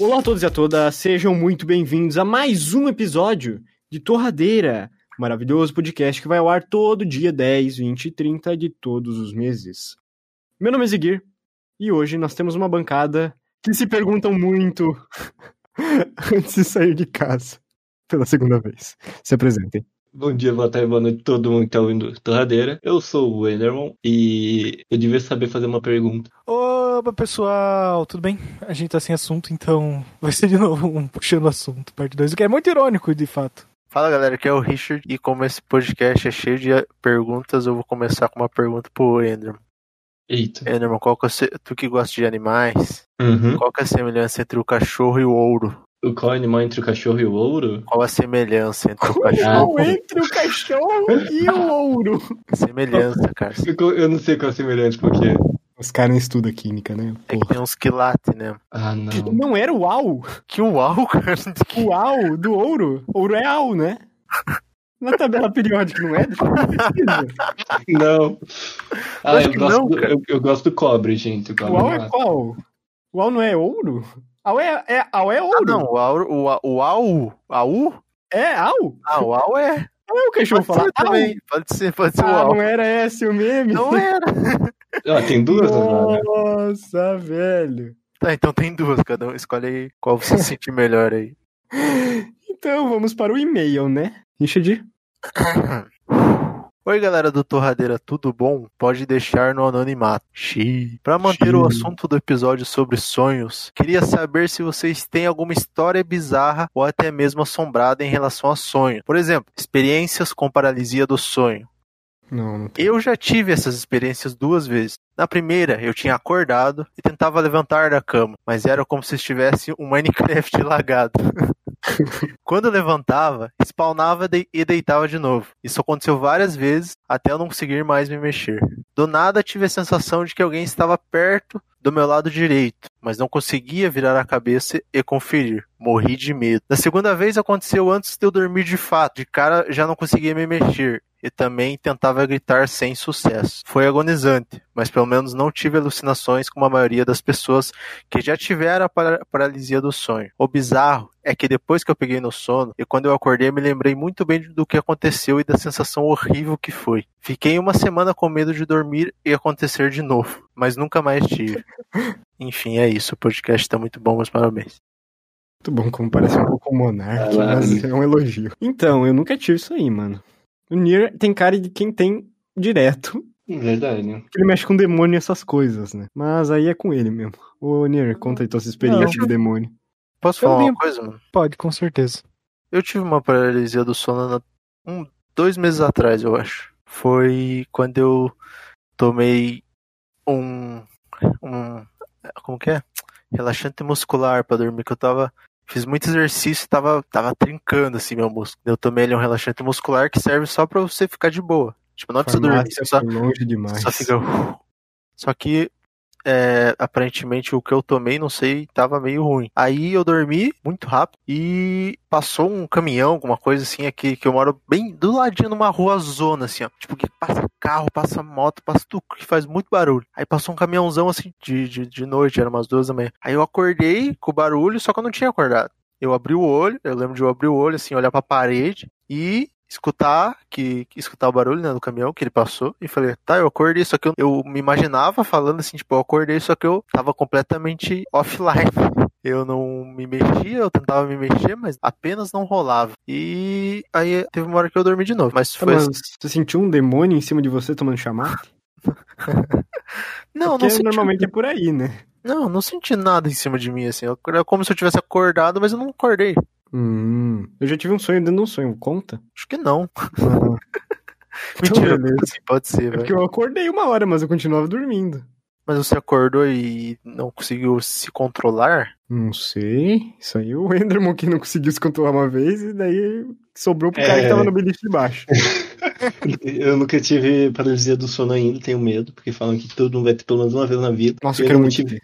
Olá a todos e a todas, sejam muito bem-vindos a mais um episódio de Torradeira, um maravilhoso podcast que vai ao ar todo dia 10, 20 e 30 de todos os meses. Meu nome é Ziguir e hoje nós temos uma bancada que se perguntam muito antes de sair de casa pela segunda vez. Se apresentem. Bom dia, boa tarde, boa noite, todo mundo que tá ouvindo Torradeira. Eu sou o Enderman e eu devia saber fazer uma pergunta. Opa, pessoal, tudo bem? A gente tá sem assunto, então vai ser de novo um puxando assunto, parte 2, o que é muito irônico, de fato. Fala galera, aqui é o Richard e como esse podcast é cheio de perguntas, eu vou começar com uma pergunta pro Enderman. Eita. Enderman, qual que é o se- tu que gosta de animais, Uhum. qual que é a semelhança entre o cachorro e o ouro? O qual animal entre o cachorro e o ouro? Qual a semelhança entre é? o Ah. cachorro? Ou entre o cachorro e o ouro. Semelhança, cara. Eu co- Eu não sei qual é semelhante, porque. Os caras não estudam química, né? É que tem uns quilates, né? Ah, não. Não era o au? Que uau, cara. O au do ouro? Ouro é au, né? Na tabela periódica, não é? Não. Ah, acho eu que gosto, não, do, cara. eu, eu gosto do cobre, gente. O O cobre au é mata. qual? O au não é ouro? Au é, é, au é Ah, ouro. não, o auro, o, au- o au, au? É au? Ah, o au é. Não é o cachorro Pode falar ser au. também, é. pode ser, pode ser o Ah, au. não era esse o meme? Não era. Ah, tem duas agora. Nossa, velho. Tá, então tem duas, cada um escolhe aí qual você se sentir melhor aí. Então, vamos para o e-mail, né? Richard? Oi, galera do Torradeira, tudo bom? Pode deixar no anonimato. Xiii. Pra manter o Xiii. assunto do episódio sobre sonhos, queria saber se vocês têm alguma história bizarra ou até mesmo assombrada em relação a sonho. Por exemplo, experiências com paralisia do sonho. Não, não tem. Eu já tive essas experiências duas vezes. Na primeira, eu tinha acordado e tentava levantar da cama, mas era como se estivesse um Minecraft lagado. Quando eu levantava, spawnava de- e deitava de novo. Isso aconteceu várias vezes até eu não conseguir mais me mexer. Do nada, tive a sensação de que alguém estava perto do meu lado direito, mas não conseguia virar a cabeça e conferir. Morri de medo. Da segunda vez aconteceu antes de eu dormir de fato. De cara, já não conseguia me mexer e também tentava gritar sem sucesso. Foi agonizante, mas pelo menos não tive alucinações como a maioria das pessoas que já tiveram a para- paralisia do sonho. O bizarro é que depois que eu peguei no sono e quando eu acordei, me lembrei muito bem do que aconteceu e da sensação horrível que foi. Fiquei uma semana com medo de dormir e acontecer de novo, mas nunca mais tive. Enfim, é isso. O podcast tá muito bom, meus parabéns. Muito bom, como parece um pouco um monarca, Caralho. mas é um elogio. Então, eu nunca tive isso aí, mano. O Nier tem cara de quem tem direto. Verdade, né? Ele mexe com demônio e essas coisas, né? Mas aí é com ele mesmo. Ô, Nier, conta aí tua experiência de demônio. Posso Eu falar uma lembro. coisa, mano? Pode, com certeza. Eu tive uma paralisia do sono na- um, dois meses atrás, eu acho. Foi quando eu tomei um. um como que é? Relaxante muscular pra dormir, que eu tava. Fiz muito exercício e tava, tava trincando assim meu músculo. Eu tomei ele um relaxante muscular que serve só pra você ficar de boa. Tipo, não é pra você dormir, Farmácia você só, foi longe demais. só fica. Só que é, aparentemente o que eu tomei, não sei, tava meio ruim. Aí eu dormi muito rápido e passou um caminhão, alguma coisa assim, aqui que eu moro bem do ladinho numa rua zona, assim, ó. Tipo, que passa carro, passa moto, passa tudo, que faz muito barulho. Aí passou um caminhãozão assim de, de, de noite, era umas duas da manhã. Aí eu acordei com o barulho, só que eu não tinha acordado. Eu abri o olho, eu lembro de eu abrir o olho, assim, olhar pra parede e escutar que que escutar o barulho né, do caminhão que ele passou e falei tá eu acordei só que eu, eu me imaginava falando assim tipo eu acordei só que eu tava completamente offline eu não me mexia eu tentava me mexer mas apenas não rolava e aí teve uma hora que eu dormi de novo mas Tá, foi assim, mas você sentiu um demônio em cima de você tomando chamar? não não Porque senti, normalmente é por aí, né? não não senti nada em cima de mim assim eu, era como se eu tivesse acordado mas eu não acordei Hum, eu já tive um sonho dentro de um sonho, conta? acho que não Então, mentira beleza. pode ser É velho. porque eu acordei uma hora, mas eu continuava dormindo. mas você acordou e não conseguiu se controlar Não sei. Isso aí o Enderman que não conseguiu se controlar uma vez e daí sobrou pro cara É. que tava no bilhete de baixo. Eu nunca tive paralisia do sono ainda, tenho medo, porque falam que todo mundo vai ter pelo menos uma vez na vida. Nossa, eu eu quero não muito tive- ver.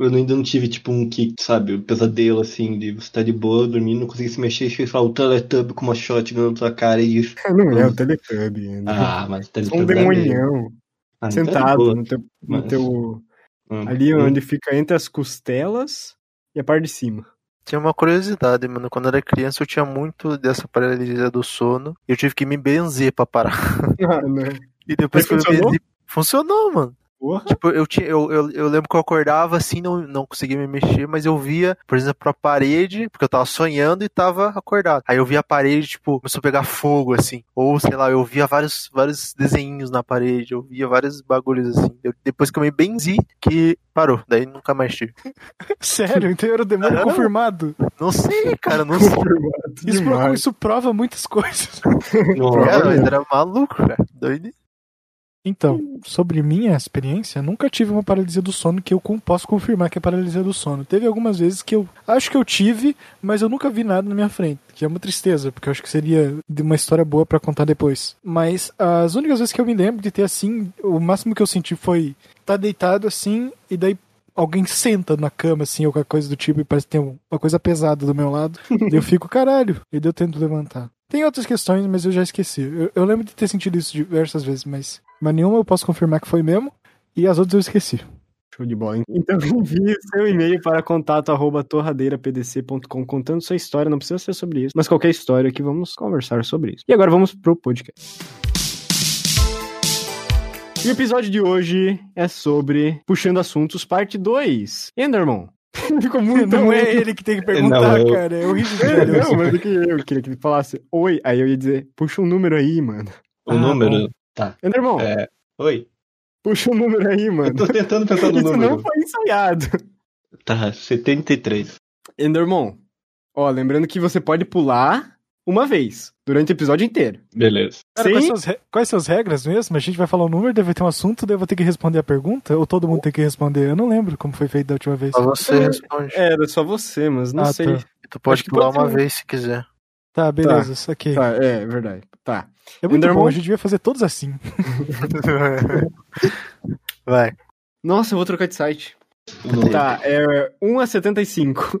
Eu ainda não tive, tipo, um que, sabe, um pesadelo, assim, de você tá de boa, dormindo, não conseguir se mexer, e falar o Teletubby com uma shotgun na tua cara e isso. Não é o Teletubby, Enderman. Ah, mas Só o um Teletubby dá medo. demonião, Ah, então é de sentado boa. no teu, no Mas- teu- Hum, ali hum. onde fica entre as costelas e a parte de cima. Tinha uma curiosidade, mano. Quando eu era criança, eu tinha muito dessa paralisia do sono. E eu tive que me benzer pra parar. Ah, não. E Mas depois que eu me funcionou? benzi. Funcionou, mano. Porra. Tipo, eu, tinha, eu, eu, eu lembro que eu acordava assim, não, não conseguia me mexer, mas eu via, por exemplo, a parede, porque eu tava sonhando e tava acordado. Aí eu via a parede, tipo, começou a pegar fogo, assim. Ou, sei lá, eu via vários, vários desenhinhos na parede, eu via vários bagulhos, assim. Eu- depois que eu me benzi, que parou. Daí nunca mais tive. Sério, então era o demônio Caramba. confirmado. Não sei, cara, não sei. Isso, pro- Demais. isso prova muitas coisas. É, Cara, Nossa. mas era maluco, cara. Doido. Então, sobre minha experiência, nunca tive uma paralisia do sono que eu com- posso confirmar que é paralisia do sono. Teve algumas vezes que eu acho que eu tive, mas eu nunca vi nada na minha frente, que é uma tristeza, porque eu acho que seria de uma história boa pra contar depois. Mas as únicas vezes que eu me lembro de ter assim, o máximo que eu senti foi tá deitado assim e daí alguém senta na cama assim, ou qualquer coisa do tipo, e parece que tem uma coisa pesada do meu lado. Daí eu fico, caralho, e daí eu tento levantar. Tem outras questões, mas eu já esqueci. Eu, eu lembro de ter sentido isso diversas vezes, mas, mas nenhuma eu posso confirmar que foi mesmo. E as outras eu esqueci. Show de bola. Então envie seu e-mail para contato arroba torradeirapdc.com contando sua história, não precisa ser sobre isso, mas qualquer história que vamos conversar sobre isso. E agora vamos pro podcast. E o episódio de hoje é sobre Puxando Assuntos, parte 2. Enderman. Ficou muito não é muito- ele que tem que perguntar, Não, eu- cara. É horrível. É, não, mas é que eu queria que ele falasse oi, aí eu ia dizer, puxa um número aí, mano. O número. Enderman, É. Oi. puxa um número aí, Eu mano. tô tentando pensar no Isso não número. foi ensaiado. Tá, 73. Endermon, ó, lembrando que você pode pular uma vez durante o episódio inteiro. Beleza. Cara, quais, Sim? são as re- quais são as regras mesmo? A gente vai falar o número, deve ter um assunto, daí eu vou ter que responder a pergunta? Ou todo mundo tem que responder? Eu não lembro como foi feito da última vez. Só Tá. você responde. Era só você, mas não Ah, sei. tá. Tu É. pode Acho que pular pode ser uma um. vez se quiser. Tá, beleza, isso aqui. Tá, é, verdade. Tá. É muito Enderman. bom, a gente devia fazer todos assim. Vai. Nossa, eu vou trocar de site. O número. Tá, é 1 a 75.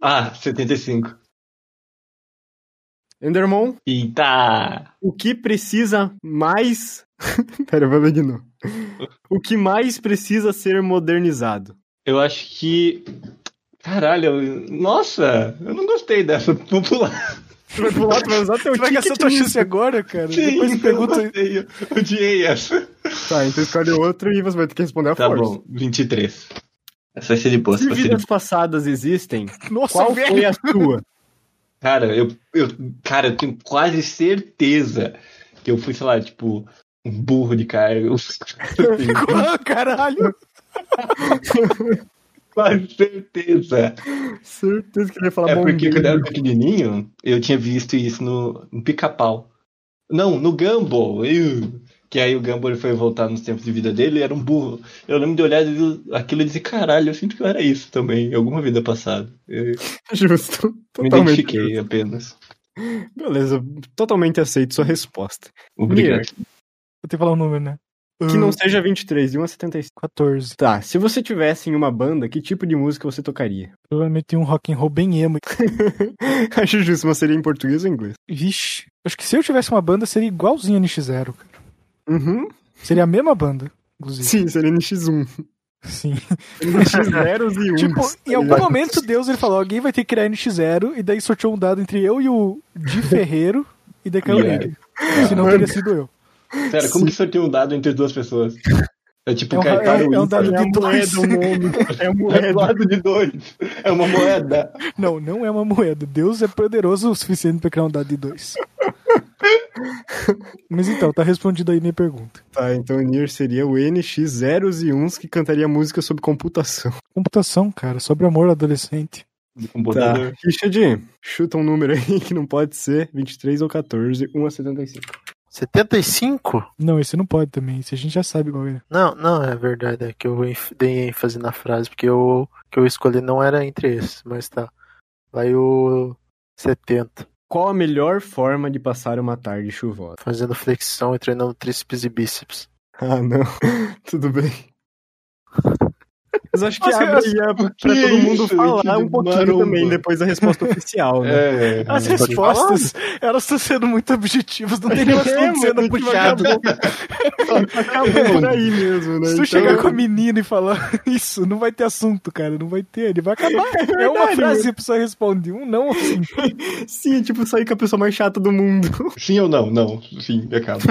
Ah, 75. Endermon, Eita! o que precisa mais. Pera, eu vou ler de novo. O que mais precisa ser modernizado? Eu acho que. Caralho, eu- nossa, eu não gostei dessa popular. Tu vai pular, tu vai usar teu Tu vai gastar ticket tua nisso. chance agora, cara? Depois Sim, eu não pergunta. gostei, eu odiei essa. Tá, então escolhe outro e você vai ter que responder a Tá força. bom, 23. Essa vai ser de boa, essa Se vai ser de vidas passadas existem, Nossa, qual velho! foi a sua? Cara, eu, eu, cara, eu tenho quase certeza que eu fui, sei lá, tipo, um burro de carga. Assim, Ah, Caralho! quase certeza. Certeza que ele ia falar é Tá bom porque dia. quando eu era pequenininho, eu tinha visto isso no, no pica-pau. Não, no Gumball. Eu- que aí o Gumball ele foi voltar nos tempos de vida dele e era um burro. Eu lembro de olhar e- aquilo e dizer, caralho, eu sinto que eu era isso também, em alguma vida passada. Eu Justo. me Totalmente. identifiquei apenas. Beleza, totalmente aceito sua resposta. Obrigado. Vou ter que falar o número, né? Que Ah, não seja 23, de 1 a 75. 14. Tá, se você tivesse em uma banda, que tipo de música você tocaria? Provavelmente um rock and roll bem emo. Acho justo, mas seria em português ou inglês? Vixe. Acho que se eu tivesse uma banda, seria igualzinho a NX0, cara. Uhum. Seria a mesma banda, inclusive. Sim, seria NX1. Sim. NX0 e tá 1. Tipo, em algum momento Deus ele falou: alguém vai ter que criar NX0, e daí sorteou um dado entre eu e o Di Ferreiro, e daí caiu Yeah. nele. Ah. Senão teria sido eu. Sério, como que sorteia um dado entre duas pessoas? É tipo É um- Caipara é- ou é um Ímpar. dado É a moeda dois. o nome. É a É um moeda. dado de dois. É uma moeda. Não, não é uma moeda. Deus é poderoso o suficiente pra criar um dado de dois. Mas então, tá respondido aí minha pergunta. Tá, então Nier seria o NX0 e 1 que cantaria música sobre computação. Computação, cara, sobre amor adolescente. De computador. Richard, Tá. chuta um número aí que não pode ser 23 ou 14, 1 a 75. 75? Não, esse não pode também. Esse a gente já sabe qual é. Não, não, é verdade. É que eu enf- dei ênfase na frase, porque eu, que eu escolhi não era entre esses, mas tá. Vai o 70, Qual a melhor forma de passar uma tarde chuvosa? fazendo flexão e treinando tríceps e bíceps. Ah, não. Tudo bem. Mas acho que Nossa, abre a- pra que todo mundo isso, falar que um pouquinho maromba. também depois da resposta oficial, né? É, é. As pode respostas, elas estão sendo muito objetivas, não tem um nenhuma É, assunto sendo mano, que puxado. Acabou por aí mesmo, né? Se tu chegar com a menina e falar isso, não vai ter assunto, cara, não vai ter, ele vai acabar. É, uma verdade, frase que a pessoa responde, um não, assim. Sim, tipo, sair com a pessoa mais chata do mundo. Sim ou não? Não. Sim, é acaba.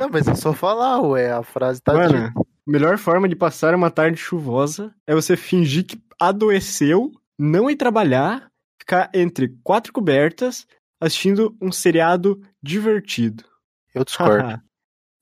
Não, mas é só falar, ué. A frase tá dita. Mano, a melhor forma de passar uma tarde chuvosa é você fingir que adoeceu, não ir trabalhar, ficar entre quatro cobertas, assistindo um seriado divertido. Eu discordo. Haha.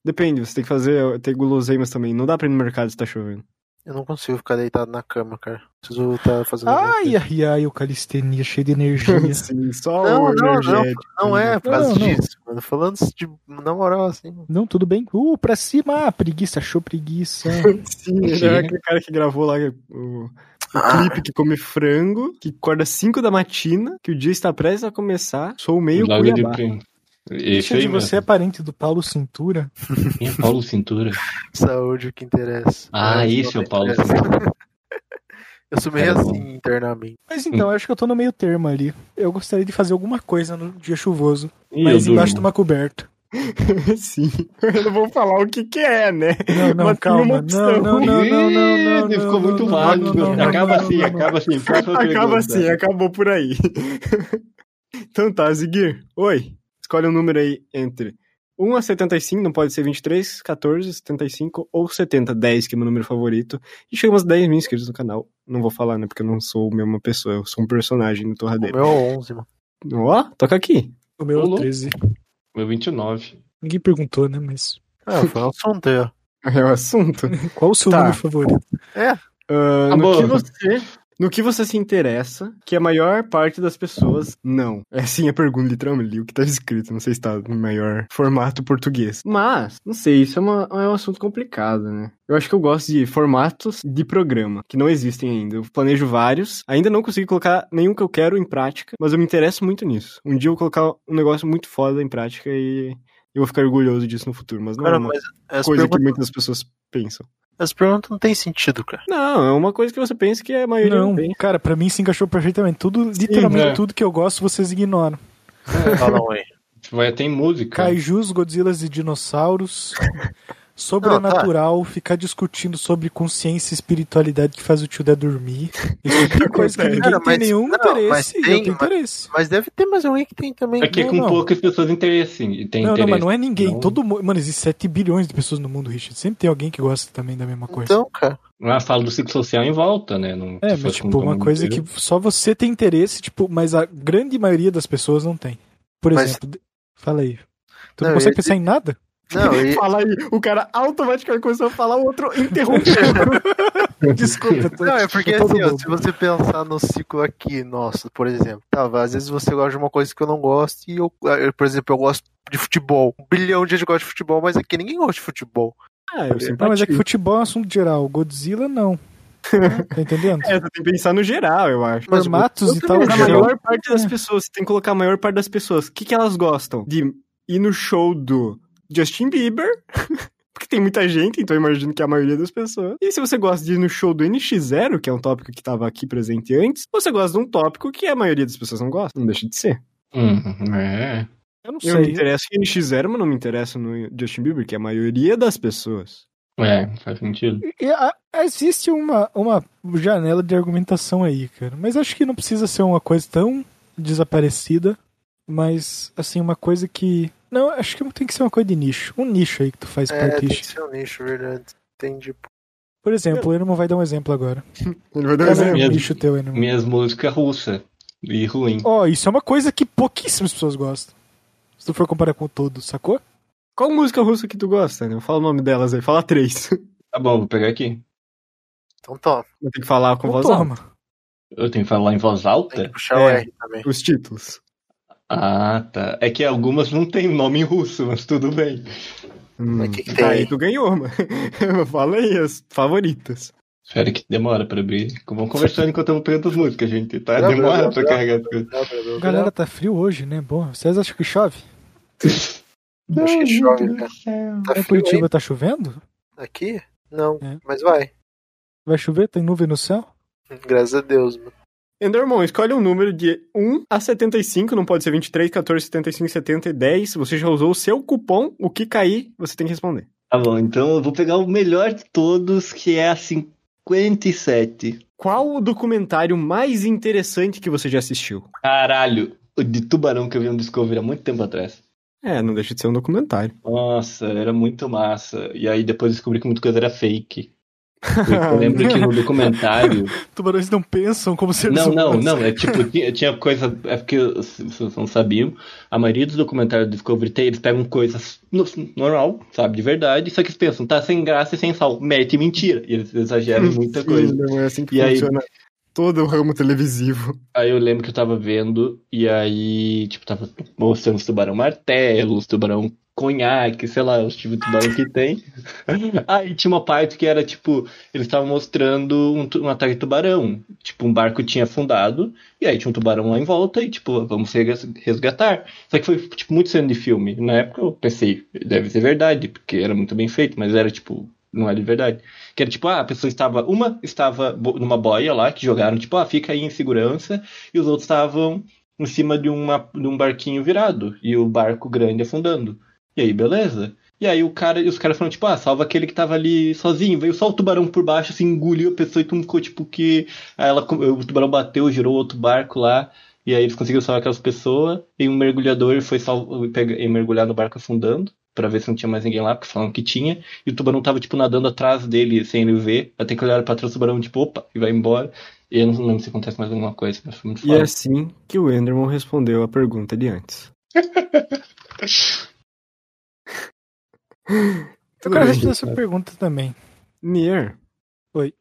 Depende, você tem que fazer, tem guloseimas também. Não dá pra ir no mercado se tá chovendo. eu não consigo ficar deitado na cama, cara. Preciso estar É fazendo. alguma Ai, ai, ai, eucalistenia, cheio de energia. Sim, só Não, o não, não. energético. coisa. Não é por causa Não, não. disso, mano. Falando de, na moral, assim. Não, tudo bem. Uh, pra cima, ah, preguiça, achou preguiça. Sim, ele é aquele cara que gravou lá o, o Ah. clipe que come frango, que acorda às 5 da matina, que o dia está prestes a começar. Sou meio Logo de Cuiabá. prêmio. Esse Deixa de aí, você é mesmo. parente do Paulo Cintura. Quem é Paulo Cintura? Saúde, o que interessa. Ah, Mas esse não é o Paulo interessa. Eu sou meio Cara, assim bom. internamente. Mas Hum. então, eu acho que eu tô no meio termo ali. Eu gostaria de fazer alguma coisa no dia chuvoso, Ih, mas eu embaixo de durmo. uma coberta. Sim. Eu não vou falar o que que é, né? Não, não, Mas tem uma calma. Não, opção. não, não, não, não, Ih, não, não. Ficou muito válido. válido. Acaba assim, acaba assim. Próxima Acaba pergunta. é. assim, acabou por aí. então tá, Ziguir. Oi. Escolhe um número aí entre 1 a 75, não pode ser 23, 14, 75 ou 70, 10, que é meu número favorito. E chegamos a 10 mil inscritos no canal. Não vou falar, né? Porque eu não sou a mesma pessoa, eu sou um personagem no O Torradeiro. meu é 11, mano. Ó, toca aqui. O meu é o Rolou. 13. Meu 29. Ninguém perguntou, né? Mas Ah, foi um assunto aí, ó. É o assunto. qual o seu Tá. número favorito? Ah, Tá no, bom. que você, no que você se interessa, que a maior parte das pessoas não. É assim a pergunta, literalmente, li o que tá escrito, não sei se tá no maior formato português. Mas, não sei, isso é, uma- é um assunto complicado, né? Eu acho que eu gosto de formatos de programa, que não existem ainda. Eu planejo vários, ainda não consegui colocar nenhum que eu quero em prática, mas eu me interesso muito nisso. Um dia eu vou colocar um negócio muito foda em prática e eu vou ficar orgulhoso disso no futuro, mas não é Cara, uma mas as coisa que perguntas, muitas pessoas pensam. as perguntas não tem sentido, cara. Não, é uma coisa que você pensa que a maioria não, Não, tem. cara, pra mim se encaixou perfeitamente. Tudo, literalmente né? tudo que eu gosto, vocês ignoram. Falam aí. Vai até em música. Kaijus, Godzillas e dinossauros. Sobrenatural, tá. ficar discutindo sobre consciência e espiritualidade que faz o tio Dé dormir. Isso aqui é coisa que Cara, ninguém tem mas- nenhum não, mas interesse. e eu tem, tenho mas- interesse. Mas deve ter mais alguém que tem também. É que Não, com não. poucas pessoas interessem. Tem Não, interesse. não, mas não é ninguém. Não. Todo mundo. Mano, existem 7 bilhões de pessoas no mundo, Richard. Sempre tem alguém que gosta também da mesma coisa. Então, cara. Ah, fala do ciclo social em volta, né? Não, é, se mas fosse tipo, com todo uma mundo coisa inteiro. que só você tem interesse, tipo, mas a grande maioria das pessoas não tem. Por Mas- exemplo, de- fala aí. Tu não, Não, eu consegue ia pensar em nada? Não, e, Fala aí, o cara automaticamente começou a falar, o outro interrompeu. Desculpa, eu tô- não, é porque eu tô assim, ó, bobo. se você pensar no ciclo aqui, nossa, por exemplo, tá, às vezes você gosta de uma coisa que eu não gosto e eu, ah, eu, por exemplo, eu gosto de futebol. Um bilhão de gente gosta de futebol, mas aqui ninguém gosta de futebol. ah, eu Não, simpatizo. mas é que futebol é um assunto geral. Godzilla, não. tá entendendo? É, você tem que pensar no geral, eu acho. Mas Formatos e tal. a geral. maior parte das pessoas, você tem que colocar a maior parte das pessoas. O que, que elas gostam? De ir no show do Justin Bieber, porque tem muita gente, então eu imagino que é a maioria das pessoas. E se você gosta de ir no show do NX0, que é um tópico que tava aqui presente antes, você gosta de um tópico que a maioria das pessoas não gosta. Não deixa de ser. Hum, é. Eu não Eu me sei. interesso em NX0, mas não me interesso no Justin Bieber, que é a maioria das pessoas. É, faz sentido. E a- existe uma, uma janela de argumentação aí, cara. Mas acho que não precisa ser uma coisa tão desaparecida. Mas, assim, uma coisa que. Não, acho que tem que ser uma coisa de nicho. Um nicho aí que tu faz É, tem parte. que ser um nicho, verdade. Tem tipo. Por exemplo, o Ermo vai dar um exemplo agora. Ele vai dar um Qual exemplo. é o mesmo. nicho teu, Ermo? Minhas músicas russas. E ruim. Ó, isso é uma coisa que pouquíssimas pessoas gostam. Se tu for comparar com o todo, sacou? Qual música russa que tu gosta, né? Fala o nome delas aí, fala três. Tá bom, vou pegar aqui. Então toma, Vou ter que falar com Então voz alta. toma. Eu tenho que falar em voz tem que alta? puxar o É. R também. Os títulos. Ah, tá. É que algumas não tem nome em russo, mas tudo bem. Hum, que que tem aí? aí tu ganhou, mano. Fala aí as favoritas. Espero que demora pra abrir. Vamos conversando enquanto eu vou pegando as músicas, gente, tá? Não, Demora não, pra não. carregar as coisas. Galera, tá frio hoje, né? Bom, vocês acham que chove? Acho que chove, cara. Tá Lá em frio aí? Curitiba tá chovendo? Aqui? Não, É. mas vai. Vai chover? Tem nuvem no céu? Graças a Deus, mano. Endermon, escolhe um número de 1 a 75, não pode ser 23, 14, 75, 70 e 10. Você já usou o seu cupom, o que cair, você tem que responder. Tá bom, então eu vou pegar o melhor de todos, que é a 57. Qual o documentário mais interessante que você já assistiu? Caralho, o de tubarão que eu vi no Discovery há muito tempo atrás. É, não deixa de ser um documentário. Nossa, era muito massa. E aí depois descobri que muita coisa era fake. Eu lembro que no documentário. Tubarões não pensam como seres Não, não, humanos. não. É tipo, tinha, tinha coisa. É porque se vocês não sabiam, a maioria dos documentários do Discovery tem, eles pegam coisas no- normal, sabe, de verdade, só que eles pensam, tá sem graça e sem sal, mete mentira. E eles exageram muita coisa. Não é assim que E aí- funciona todo o ramo televisivo. Aí eu lembro que eu tava vendo, e aí, tipo, tava mostrando os tubarão martelo, os tubarão conhaque, sei lá, os tipos de tubarão que tem. Aí tinha uma parte que era, tipo, eles estavam mostrando um, tu- um ataque de tubarão. Tipo, um barco tinha afundado, e aí tinha um tubarão lá em volta, e tipo, vamos res- resgatar. Só que foi, tipo, muito cena de filme. Na época eu pensei, deve ser verdade, porque era muito bem feito, mas era, tipo, não era de verdade. Que era tipo, ah, a pessoa estava. Uma estava bo- numa boia lá, que jogaram, tipo, ah, fica aí em segurança, e os outros estavam em cima de, uma, de um barquinho virado, e o barco grande afundando. E aí, beleza? E aí o cara, e os caras falaram, tipo, ah, salva aquele que tava ali sozinho. Veio só o tubarão por baixo, assim, engoliu a pessoa e tudo ficou, tipo, que. Aí ela, com- o tubarão bateu, girou outro barco lá. E aí eles conseguiram salvar aquelas pessoas. E um mergulhador foi salvo, pega- e mergulhar no barco afundando. Pra ver se não tinha mais ninguém lá, porque falaram que tinha. E o tubarão tava, tipo, nadando atrás dele, sem ele ver. Até que olharam pra trás, o tubarão, tipo, opa, e vai embora. E eu não lembro se acontece mais alguma coisa, mas foi muito E foda. é assim que o Enderman respondeu a pergunta de antes. Eu quero Tudo responder bem. essa pergunta também. Nier. Oi.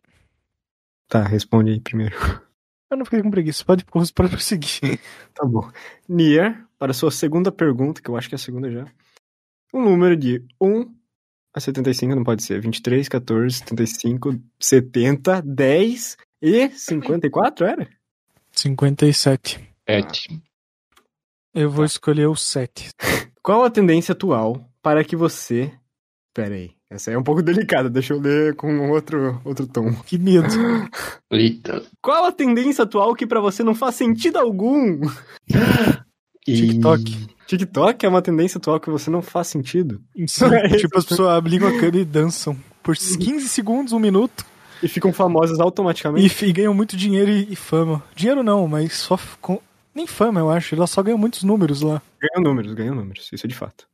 Tá, responde aí primeiro. Eu não fiquei com preguiça. Pode, pode prosseguir. Tá bom. Nier, para a sua segunda pergunta, que eu acho que é a segunda já. Um número de 1 a 75, não pode ser. 23, 14, 75, 70, 10 e 54, era? 57. Pet. Eu vou escolher o 7. Qual a tendência atual para que você. Pera aí, essa aí é um pouco delicada, deixa eu ler com um outro, outro tom. Que medo. Eita. Qual a tendência atual que pra você não faz sentido algum? E- TikTok. TikTok é uma tendência atual que você não faz sentido. Sim, É isso. tipo, as pessoas abrem a câmera e dançam por 15 segundos, um minuto, E ficam famosas automaticamente. e, fi- e ganham muito dinheiro e, e fama. Dinheiro não, mas só. f- Com... Nem fama, eu acho. Ela só ganha muitos números lá. Ganham números, ganham números. Isso é de fato.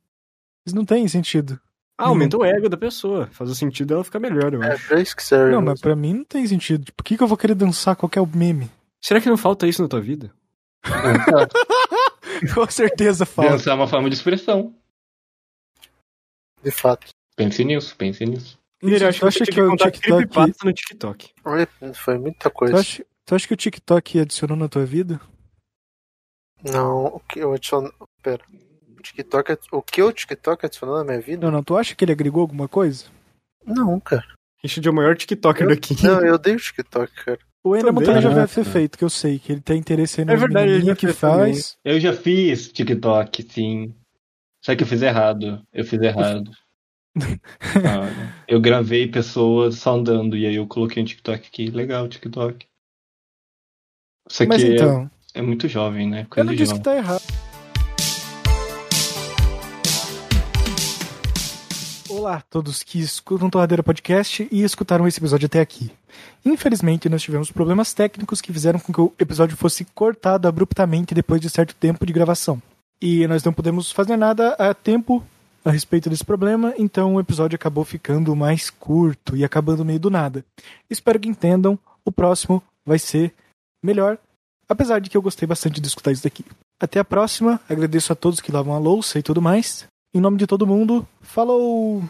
Isso não tem sentido. Ah, aumenta o ego da pessoa. Faz o sentido dela ficar melhor, eu É acho. pra isso que serve. Não, mesmo. mas pra mim não tem sentido. Tipo, Por que, que eu vou querer dançar qualquer meme? Será que não falta isso na tua vida? Com certeza falta. Dança é uma forma de expressão. De fato. Pense nisso, pense nisso. Nele, eu acho que é tu acha você que tinha que o contar TikTok- creepypasta no TikTok. Olha, Foi muita Tu coisa. acha, tu acha que o TikTok adicionou na tua vida? Não, o que eu adiciono. Pera. O TikTok. ad- O que o TikTok adicionou na minha vida? Não, não. Tu acha que ele agregou alguma coisa? Não, cara. Richard é o maior TikToker daqui. Não, eu odeio o TikTok, cara. O Enderman Também, também já né? É vai ter feito, que eu sei, que ele tem interesse aí nas verdade, ele menininhas já que fez também. faz. Eu já fiz TikTok, sim. Só que eu fiz errado. Eu fiz errado. Ah, eu gravei pessoas só andando e aí eu coloquei um TikTok aqui. Legal, TikTok. Só Mas que é- então. é, muito jovem, né? Eu Coisa não de disse que jovem. tá errado. Olá a todos que escutam Torradeira Podcast e escutaram esse episódio até aqui. Infelizmente, nós tivemos problemas técnicos que fizeram com que o episódio fosse cortado abruptamente depois de certo tempo de gravação. E nós não podemos fazer nada a tempo a respeito desse problema, então o episódio acabou ficando mais curto e acabando meio do nada. Espero que entendam, o próximo vai ser melhor apesar de que eu gostei bastante de escutar isso daqui. Até a próxima, agradeço a todos que lavam a louça e tudo mais. Em nome de todo mundo, falou!